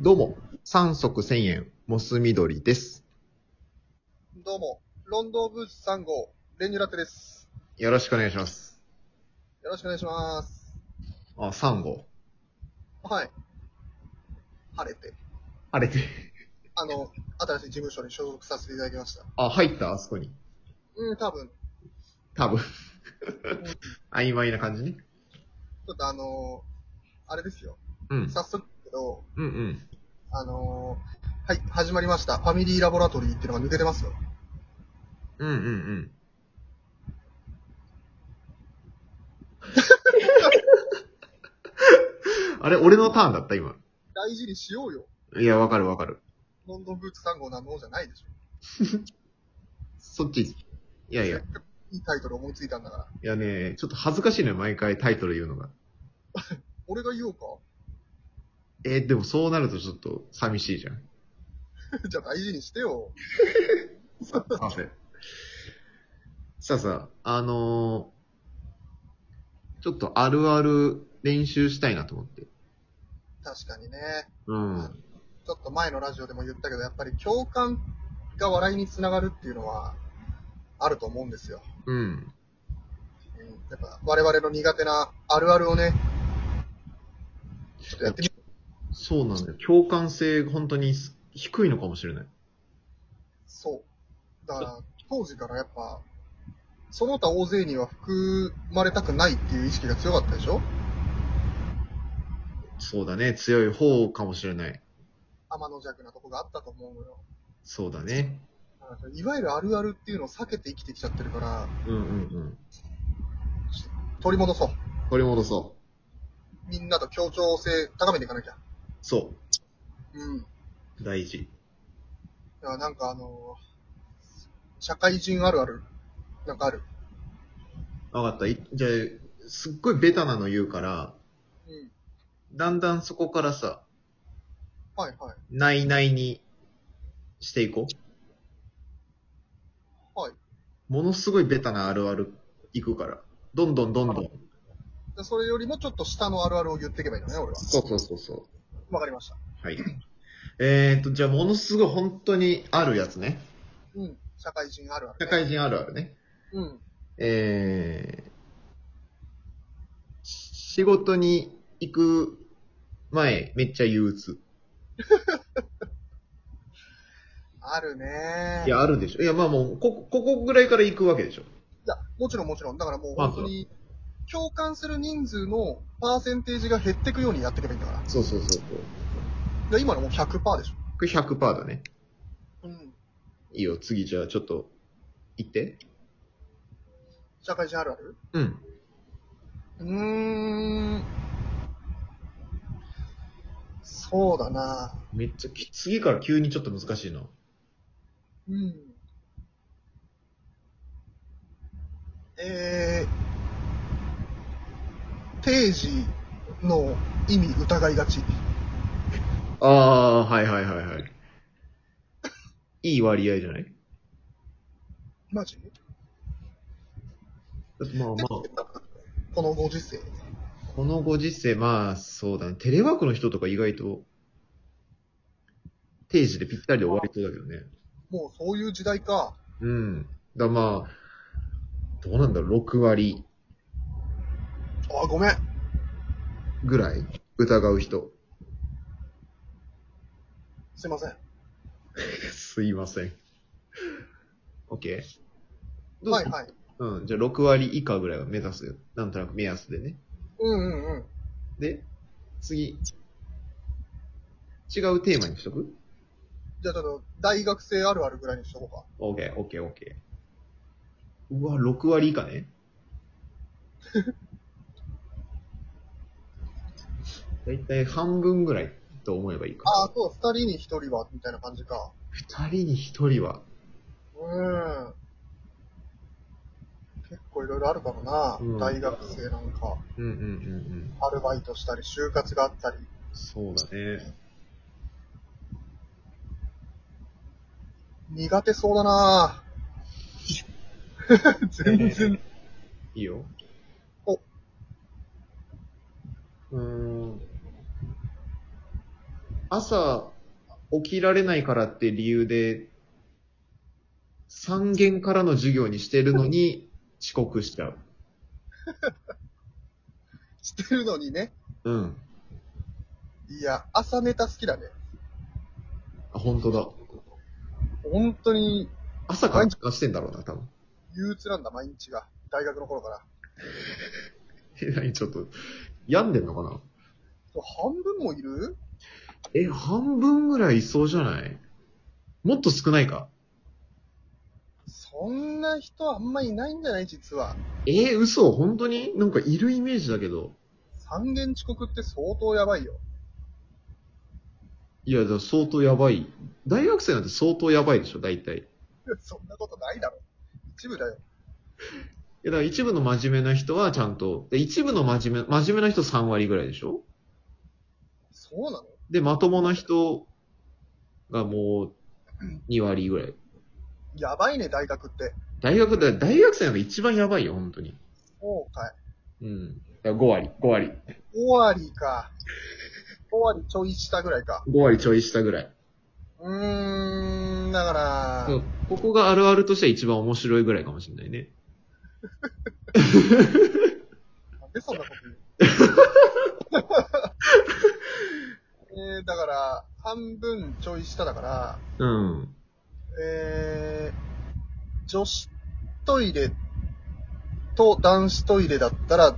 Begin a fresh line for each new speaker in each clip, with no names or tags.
どうも、三足千円、モス緑です。
どうも、ロンドンブーツ3号、レニュラテです。
よろしくお願いします。
よろしくお願いします。
あ、3号。
はい。晴れて、
あれで、
あの、新しい事務所に所属させていただきました。
あ、入ったあそこに。
うん、多分、
多分。曖昧な感じね。
ちょっとあのあれですよ。
うん。
早速ですけど、
うんうん。
あのはい、始まりました。ファミリーラボラトリーっていうのが抜けてますよ。
うんうんうん。 あれ、俺のターンだった今。
大事にしようよ。
いや、わかるわかる。
ロンドンブーツ3号なのじゃないでしょ。
そっち。いやいや。い
いいタイトル思いついたんだから。
やね、ちょっと恥ずかしいのよ、毎回タイトル言うのが。
俺が言おうか
えーでもそうなるとちょっと寂しいじゃん。
じゃあ大事にしてよ。
さあ、さあさあ、あのーちょっとあるある練習したいなと思って。
確かにね。
うん。
ちょっと前のラジオでも言ったけど、やっぱり共感が笑いにつながるっていうのは、あると思うんですよ。
うん。
うん、やっぱ我々の苦手なあるあるをね、ちょっとやってみ
そうなんだよ。共感性が本当にす低いのかもしれない。
そう。だから、当時からやっぱ、その他大勢には含まれたくないっていう意識が強かったでしょ
そうだね。強い方かもしれない。
天の弱なとこがあったと思うのよ。
そうだね。
だからいわゆるあるあるっていうのを避けて生きてきちゃってるから、
うんうん
取り戻そう。
うん。取り戻そ
みんなと協調性高めていかなきゃ。
う。そ
うん。
う。大事。
いや、なんかあのー社会人あるある、なんかある。
わかった。いじゃあ、すっごいベタなの言うから、
うん。
だんだんそこからさ、
はいはい。
ないないにしていこう。
はい。
ものすごいベタなあるあるいくから。どんどんどんどん。
でそれよりもちょっと下のあるあるを言っていけばいいのね、俺は。
そうそうそうそ
わかりまし
う。
た。
はい。えーと、じゃあ、ものすごい本当にあるやつね。
うん。社会人あるある、
社会人あるあるね。
うん。
えー、仕事に行く前、めっちゃ憂鬱。
あるね
いや、あるでしょ。いや、まあもう、ここ、ここぐらいから行くわけでしょ。
いや、もちろんもちろん。だからもう
まあ
本当に、共感する人数のパーセンテージが減っていくようにやっていけばいいんだから。
そうそうそうそう。
いや、今のもう100%でしょ。
これ100%だね。
うん。
いいよ、次じゃあちょっと、行って。
社会人あるある
うん。
うーん。そうだな
めっちゃき、次から急にちょっと難しいな。
うん。えー、定時の意味疑いがち。
ああ、はいはいはいはい。いい割合じゃない
マジ
だってまあまあ、
このご時世。
このご時世、まあそうだね。テレワークの人とか意外と、定時でぴったりで終わりそうだけどね。
もうそういう時代か。
うん。だまあ、どうなんだろう、6割
あ、ごめん。
ぐらい疑う人。
すいません。
すいません。OK? どう
はい
する
はい。
うん。じゃあ6割以下ぐらいを目指すよ。なんとなく目安でね。
うんうんうん。
で、次。違うテーマにしとく
じゃあちょっと、大学生あるあるぐらいにしとこうか。
?OK、OK、OK。うわ、6割以下ね。 だいたい半分ぐらいと思えばいいか。
あ、そう、二人に一人は、みたいな感じか。
二人に一人は。
うん。結構いろいろあるかもな。
うん
大学生なんか、
うんうんうんうん。
アルバイトしたり、就活があったり。
そうだね。
苦手そうだなぁ 全然。
いいよ。
お
うーん。朝起きられないからって理由で、3限からの授業にしてるのに遅刻しちゃう。
してるのにね。
うん。
いや、朝ネタ好きだね。
あ、本当だ。
本当に
朝から時間してんだろうな、多分。
憂鬱なんだ、毎日が。大学の頃から。
え、何ちょっと、病んでんのかな
そう半分もいる
え、半分ぐらいいそうじゃないもっと少ないか。
そんな人あんまいないんじゃない実は。
えー嘘本当になんかいるイメージだけど。
三限遅刻って相当やばいよ。
いや、だから相当やばい。大学生なんて相当やばいでしょ、大体。い
そんなことないだろ。一部だよ。
や、だから一部の真面目な人はちゃんと、で一部の真面目、真面目な人3割ぐらいでしょ
そうなの
で、まともな人がもう2割ぐらい。
やばいね、大学って。
大学、だ大学生なんか一番やばいよ、本当に。
そうかい。
うん。だから5割、5割。
5割か。5割ちょい下ぐらいか。
5割ちょい下ぐらい。
うーん、だから、
そうここがあるあるとしては一番面白いぐらいかもしれないね。
なんでそんなこと 言うえー、だから、半分ちょい下だから、
うん。
えー、女子トイレと男子トイレだったら、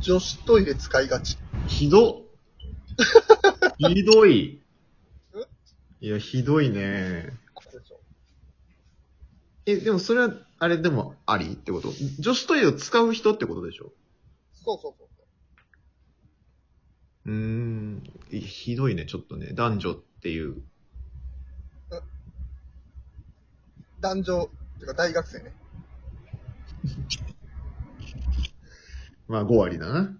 女子トイレ使いがち。
ひどっひどい
え。
いや、ひどいね。
そうでしょ
え、でもそれは、あれでもありってこと女子トイレを使う人ってことでしょ
そうそうそう。
うーん。いやひどいね、ちょっとね。男女っていう。
男女、てか大学生ね。
まあ5割だな。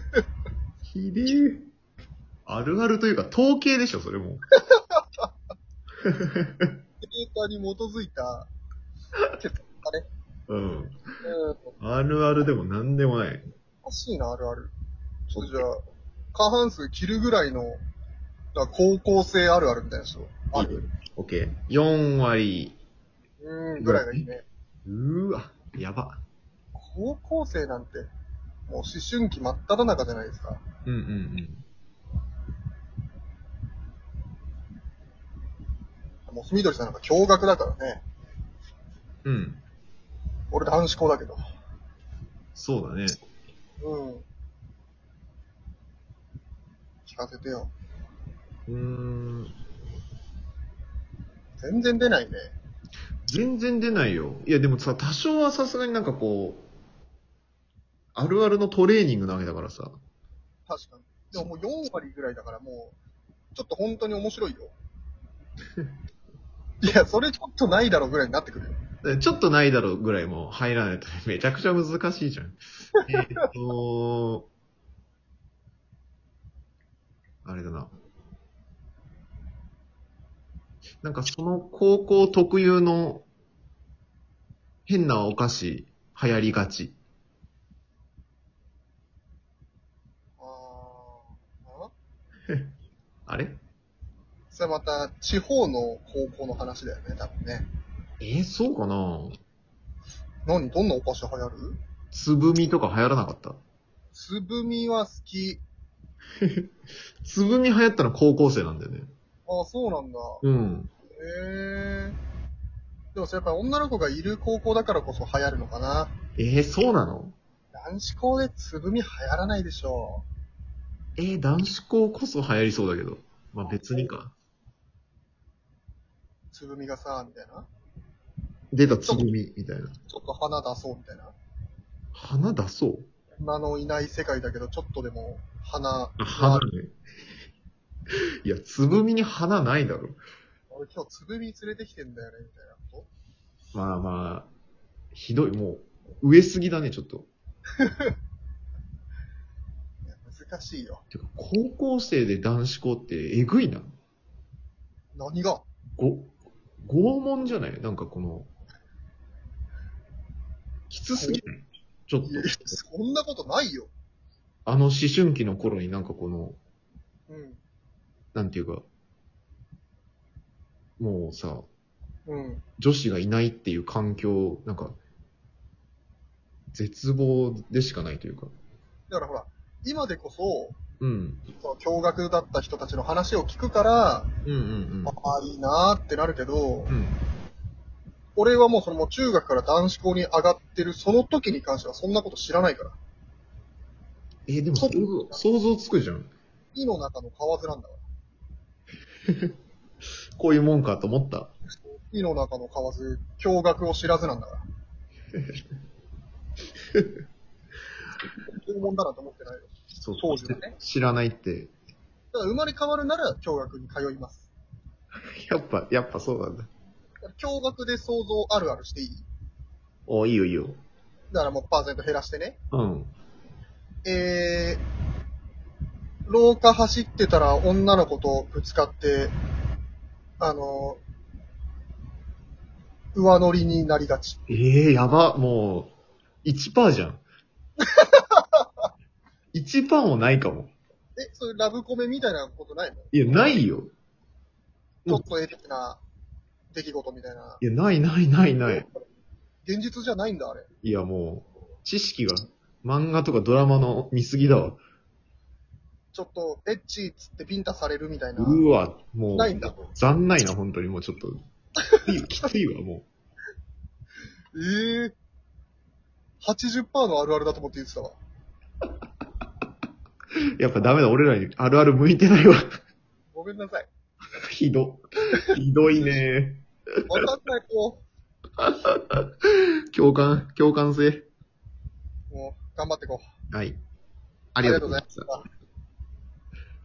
ひでえ。あるあるというか、統計でしょ、それも。
データに基づいた、
うん。
えー、お
あるあるでもなんでもない。
かしいな、あるある。ちょっとじゃあ、過半数切るぐらいの、だから高校生あるあるみたいな人。ある。
オッケー。4割。
うーん、ぐらいがいいね。
うーわ、やば。
高校生なんて、もう思春期真っ只中じゃないですか。
うんうんうん。
もう、すみどりさんなんか驚愕だからね。
うん。
俺男子校だけど。
そうだね。
うん。聞かせてよ。
うーん。
全然出ないね。
全然出ないよ。いや、でもさ、多少はさすがになんかこう、あるあるのトレーニングなわけだからさ。
確かに。でももう4割ぐらいだからもう、ちょっと本当に面白い よ。いや、それちょっとないだろうぐらいになってくるよ。
ちょっとないだろうぐらいもう入らないとめちゃくちゃ難しいじゃん。えーっと、あれだな。なんかその高校特有の変なお菓子流行りがち。
あーあ
あれ
それまた、地方の高校の話だよね、多分ね。
えーそうかな
何どんなお菓子流行る
つぶみとか流行らなかった
つぶみは好き。
つぶみ流行ったの高校生なんだよね。
ああ、そうなんだ。
うん。
へえ。でもそれやっぱり女の子がいる高校だからこそ流行るのかな。
えーそうなの
男子校でつぶみ流行らないでしょ
えー男子校こそ流行りそうだけど。まあ別にか。
う。つぶみがさ、みたいな。
出たつぶみみたいな。
ちょっと花出そう、みたいな。
花出そう
女のいない世界だけど、ちょっとでも花。
あ、花ね。いや、つぶみに花ないだろ。
俺今日つぶみ連れてきてんだよね、みたいなこ
まあまあ、ひどい。もう、上すぎだね、ちょっと。
と。いや、難しいよ。
てか、高校生で男子校ってえぐいな。
何が
ご、拷問じゃないなんかこの、きつすぎないちょっと
いや、、そんなことないよ。
あの思春期の頃になんかこの、
うん。
なんていうか、もうさ、
うん。
女子がいないっていう環境、なんか、絶望でしかないというか。
だからほら、今でこそ、
うん。
その驚愕だった人たちの話を聞くから、
うんうん
ああ、いいなーってなるけ
う、
ど
ん。うん。
俺はもうそのもう中学から男子校に上がってるその時に関してはそんなこと知らないから。
えーでも想像、想像つくじゃん。
井の中の蛙なんだから。
こういうもんかと思った。
井の中の蛙、驚愕を知らずなん だから。拷問だなんて思ってないよ。
そう
当時はね
知らないって。
だから生まれ変わるなら驚愕に通います。
やっぱ、やっぱそうなんだ。
だから驚愕で想像あるあるしていい
おいいよいいよ。
だからもうパーセント減らしてね。
うん。
えー、廊下走ってたら女の子とぶつかって、あの、上乗りになりがち。
ええやば、もう、1%じゃん。1%もないかも。
え、そういうラブコメみたいなことないのち
いや、ないよ。
ょっとエッチな出来事みたいな。
いや、ないないないない。
現実じゃないんだ、あれ。
いや、もう、知識が、漫画とかドラマの見すぎだわ。
ちょっと、エッチっつってビンタされるみたいな。
うわ、もう、
ないんだ。
残ないな、本当に、もうちょっと。きついきついわ、も
ええ80%のあるあるだと思って言ってたわ。
う。やっぱダメだ、俺らにあるある向いてないわ。
ごめんなさい。
ひど。ひどいね。
わかんない、こ
共感、共感性。
う。もう、頑張ってこう。
はい。あ
あ
りがとうございま
り
し
が
た
とう。ございました。